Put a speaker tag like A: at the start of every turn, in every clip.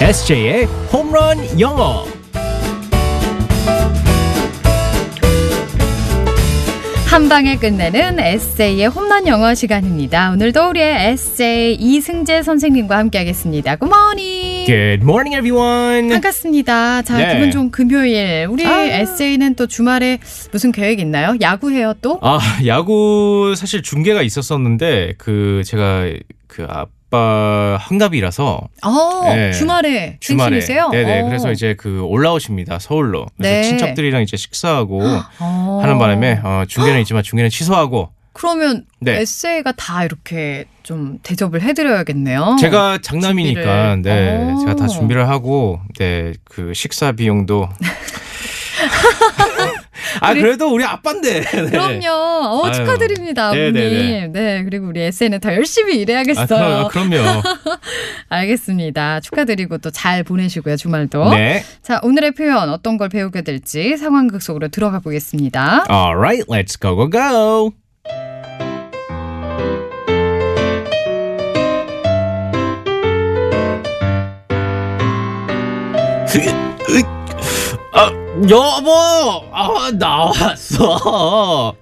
A: SJ의 홈런 영어.
B: 한 방에 끝내는 에세이의 홈런 영어 시간입니다. 오늘도 우리의 에세이 이승재 선생님과 함께하겠습니다. 굿모닝.
C: 네.
A: Good morning, everyone.
B: 반갑습니다. 자,
A: 네.
B: 기분 좋은 금요일. 우리
A: 아.
B: 에세이는 또 주말에 무슨 계획 있나요? 야구해요 또?
C: 아, 야구 사실 중계가 있었었는데 그 제가 그 아빠 환갑이라서
B: 어,
C: 네.
B: 주말에
C: 주말에
B: 진심이세요?
C: 네네
B: 어.
C: 그래서 이제 그 올라오십니다 서울로 그래서
B: 네.
C: 친척들이랑 이제 식사하고
B: 어.
C: 하는 바람에 어, 중계는 있지만 중계는 취소하고
B: 그러면
C: 네.
B: 에세이가 다 이렇게 좀 대접을 해드려야겠네요.
C: 제가 장남이니까
B: 어. 준비를. 어.
C: 네
B: 오.
C: 제가 다 준비를 하고 네 그 식사 비용도 아 그래도 우리 아빠인데 네.
B: 그럼요. 어,
C: 아유.
B: 축하드립니다, 아버님.
C: 네네네.
B: 네, 그리고 우리 에세이는 더 열심히
C: 아,
B: 일해야겠어요.
C: 그럼, 그럼요
B: 알겠습니다. 축하드리고 또 잘 보내시고요, 주말도.
C: 네
B: 자, 오늘의 표현 어떤 걸 배우게 될지 상황극 속으로 들어가 보겠습니다.
C: alright let's go go go
A: 아, 여보, 아, 나왔어.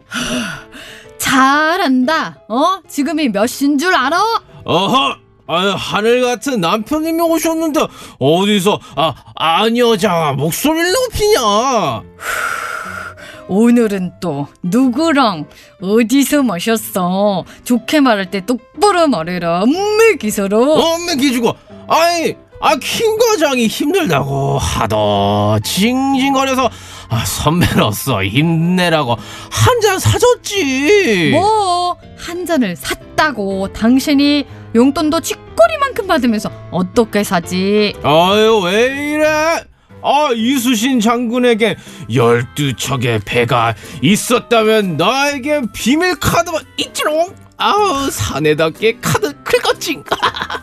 B: 잘한다. 어? 지금이 몇 시인 줄 알아?
A: 어허, 아, 하늘 같은 남편님이 오셨는데 어디서 아, 아니요, 장아 목소리를 높이냐?
B: 오늘은 또 누구랑 어디서 마셨어? 좋게 말할 때 똑바로 말해라. 음메 기사로.
A: 엄매 기주고, 아이, 아, 김 과장이 힘들다고 하더 징징거려서 아, 선배로서 힘내라고 한 잔
C: 예.
A: 사줬지.
B: 뭐? 한 잔을 샀다고 당신이 용돈도 쥐꼬리만큼 받으면서 어떻게 사지?
A: 아유 왜 이래? 아 이수신 장군에게 열두 척의 배가 있었다면 나에게 비밀 카드만 있지롱. 아우 사내답게 카드 긁었지.
C: 아,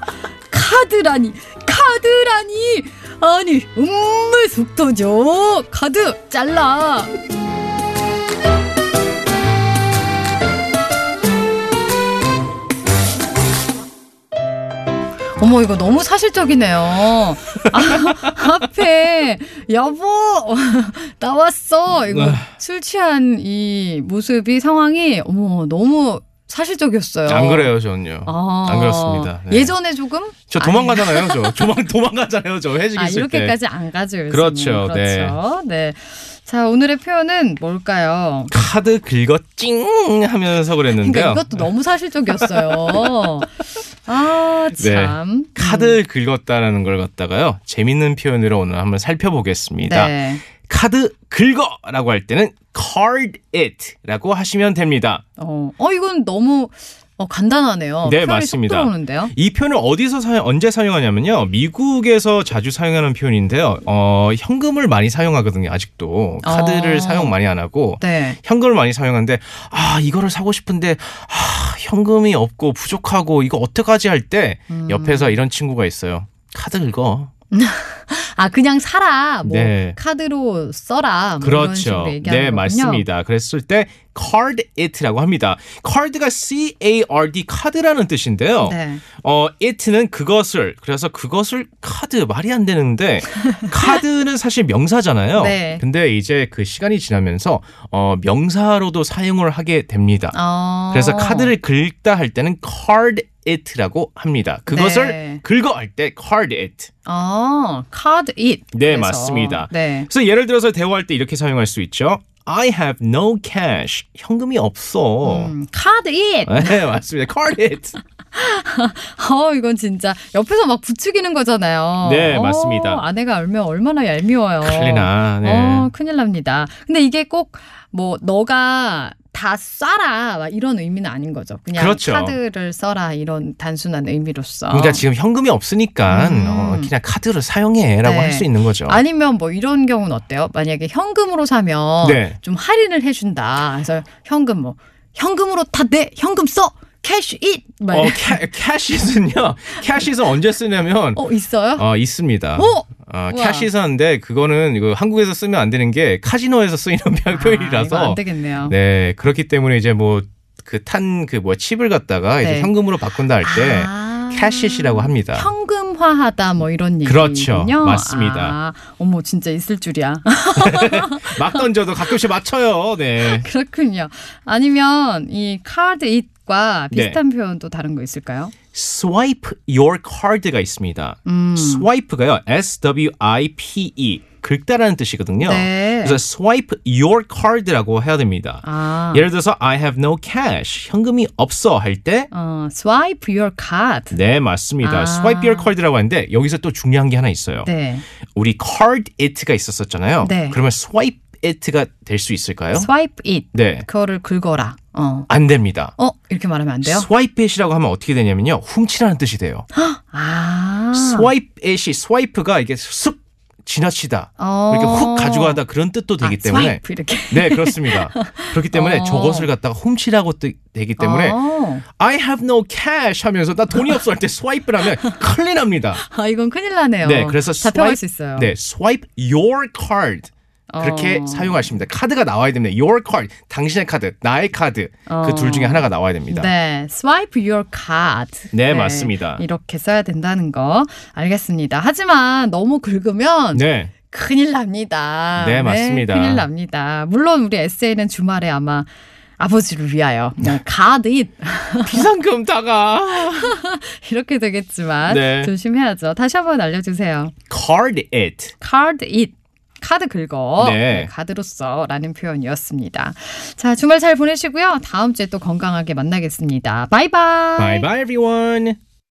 B: 카드라니 카드라니 아니 음물 속도죠 카드 잘라 어머 이거 너무 사실적이네요 아, 앞에 여보 나왔어
C: 아.
B: 이거 술 취한 이 모습이 상황이 어머 너무 사실적이었어요
C: 안 그래요 전요
B: 아,
C: 안 그렇습니다. 네.
B: 예전에 조금
C: 저 도망가잖아요 저 도망 도망가잖아요 저 회식
B: 아, 아,
C: 있을 때
B: 이렇게까지 안 가죠. 요새는.
C: 그렇죠, 네.
B: 그렇죠. 네. 자, 오늘의 표현은 뭘까요?
C: 카드 긁어찡 하면서
B: 그러니까
C: 그랬는데요
B: 이것도 너무 사실적이었어요. 아, 참.
C: 네. 카드 긁었다라는 걸 갖다가요 재밌는 표현으로 오늘 한번 살펴보겠습니다
B: 네.
C: 카드 긁어라고 할 때는 card it라고 하시면 됩니다.
B: 어, 어 이건 너무 어, 간단하네요.
C: 네,
B: 표현이
C: 맞습니다.
B: 쏙 들어오는데요.
C: 이 표현을 어디서 사용, 언제 사용하냐면요. 미국에서 자주 사용하는 표현인데요. 어, 현금을 많이 사용하거든요. 아직도 카드를
B: 어.
C: 사용 많이 안 하고
B: 네.
C: 현금을 많이 사용하는데 아 이거를 사고 싶은데 아 현금이 없고 부족하고 이거 어떡하지 할 때
B: 음.
C: 옆에서 이런 친구가 있어요. 카드 긁어.
B: 아, 그냥 사라. 뭐
C: 네.
B: 카드로 써라. 뭐 이런
C: 그렇죠.
B: 식으로 얘기하는
C: 네,
B: 거군요.
C: 맞습니다. 그랬을 때 card it라고 합니다. card가 C A R D 카드라는 뜻인데요.
B: 네.
C: 어, it는 그것을 그래서 그것을 카드 말이 안 되는데 카드는 사실 명사잖아요.
B: 네.
C: 근데 이제 그 시간이 지나면서 어, 명사로도 사용을 하게 됩니다.
B: 어.
C: 그래서 카드를 긁다 할 때는 card it라고 합니다. 그것을
B: 네.
C: 긁어 할 때 card it.
B: 아, 카드 it.
C: 네,
B: 그래서.
C: 맞습니다.
B: 네.
C: 그래서 예를 들어서 대화할 때 이렇게 사용할 수 있죠. I have no cash. 현금이 없어.
B: 음, 카드 잇!
C: 네, 맞습니다. card it.
B: 어, 이건 진짜 옆에서 막 부추기는 거잖아요.
C: 네,
B: 어,
C: 맞습니다.
B: 아내가 알면 얼마나 얄미워요.
C: 클리나. 네.
B: 어, 큰일 납니다. 근데 이게 꼭 뭐 너가 다 쏴라 막 이런 의미는 아닌 거죠. 그냥
C: 그렇죠.
B: 카드를 써라 이런 단순한 의미로서.
C: 그러니까 지금 현금이 없으니까
B: 음.
C: 어, 그냥 카드로 사용해라고
B: 네.
C: 할 수 있는 거죠. 어,
B: 아니면 뭐 이런 경우는 어때요? 만약에 현금으로 사면
C: 네.
B: 좀 할인을 해준다. 그래서 현금 뭐 현금으로 다 내 현금 써 캐시 잇. 막
C: 어,
B: 이런-
C: 캐, 캐시스는요. 캐시스 언제 쓰냐면
B: 어, 있어요?
C: 어, 있습니다.
B: 오!
C: 어,
B: 우와.
C: 캐시스인데 그거는 이거 한국에서 쓰면 안 되는 게 카지노에서 쓰이는
B: 아, 이거
C: 어, 표현이라서
B: 안 되겠네요.
C: 네 그렇기 때문에 이제 뭐 그 탄 그 뭐 칩을 갖다가
B: 네.
C: 이제 현금으로 바꾼다 할 때
B: 아.
C: 캐시시라고 합니다.
B: 현금 심화하다 뭐 이런 얘기군요.
C: 그렇죠. 맞습니다.
B: 아, 어머 진짜 있을 줄이야.
C: 막 던져도 가끔씩 맞춰요. 네.
B: 그렇군요. 아니면 이 카드 it과
C: 네.
B: 비슷한 표현 또 다른 거 있을까요?
C: swipe your card가 있습니다.
B: 음.
C: swipe가요. S W I P E 긁다라는 뜻이거든요.
B: 네.
C: 그래서 swipe your card라고 해야 됩니다.
B: 아,
C: 예를 들어서 I have no cash. 현금이 없어 할 때
B: 어, swipe your card.
C: 네, 맞습니다.
B: 아.
C: swipe your card라고 하는데 여기서 또 중요한 게 하나 있어요.
B: 네.
C: 우리 card it가 있었었잖아요.
B: 네.
C: 그러면 swipe it가 될 수 있을까요?
B: swipe it.
C: 어? 네.
B: 그거를 긁어라. 어.
C: 안 됩니다.
B: 어, 이렇게 말하면 안 돼요?
C: swipe it이라고 하면 어떻게 되냐면요. 훔치라는 뜻이 돼요.
B: 아.
C: swipe it이 swipe가 이게 슥 지나치다.
B: 어.
C: 이렇게 훅 가져가다 그런 뜻도 되기
B: 아,
C: 때문에
B: swipe 이렇게.
C: 네, 그렇습니다. 그렇기 때문에
B: 어.
C: 저것을 갖다가 훔치라고 뜨- 되기 때문에
B: 어.
C: I have no cash 하면서 나 돈이 없어 할 때 스와이프를 하면 클린합니다.
B: 아, 이건 큰일 나네요.
C: 네, 그래서
B: 잡혀갈
C: swipe-
B: 수 있어요.
C: 네, swipe your card. 그렇게
B: 어.
C: 사용하십니다. 카드가 나와야 됩니다. Your card, 당신의 카드, 나의 카드
B: 어.
C: 그 둘 중에 하나가 나와야 됩니다.
B: 네, swipe your card.
C: 네, 맞습니다.
B: 이렇게 써야 된다는 거 알겠습니다. 하지만 너무 긁으면
C: 네,
B: 큰일 납니다.
C: 네, 맞습니다.
B: 큰일 납니다. 물론 우리 에세이는 주말에 아마 아버지를 위하여 네, 가드 잇
C: 비상금 다가
B: 이렇게 되겠지만
C: 네.
B: 조심해야죠. 다시 한번 알려주세요.
C: card it.
B: 카드 잇 카드 긁어
C: 네.
B: 카드로 써라는 표현이었습니다. 자 주말 잘 보내시고요. 다음 주에 또 건강하게 만나겠습니다. 바이바이.
C: Bye bye everyone.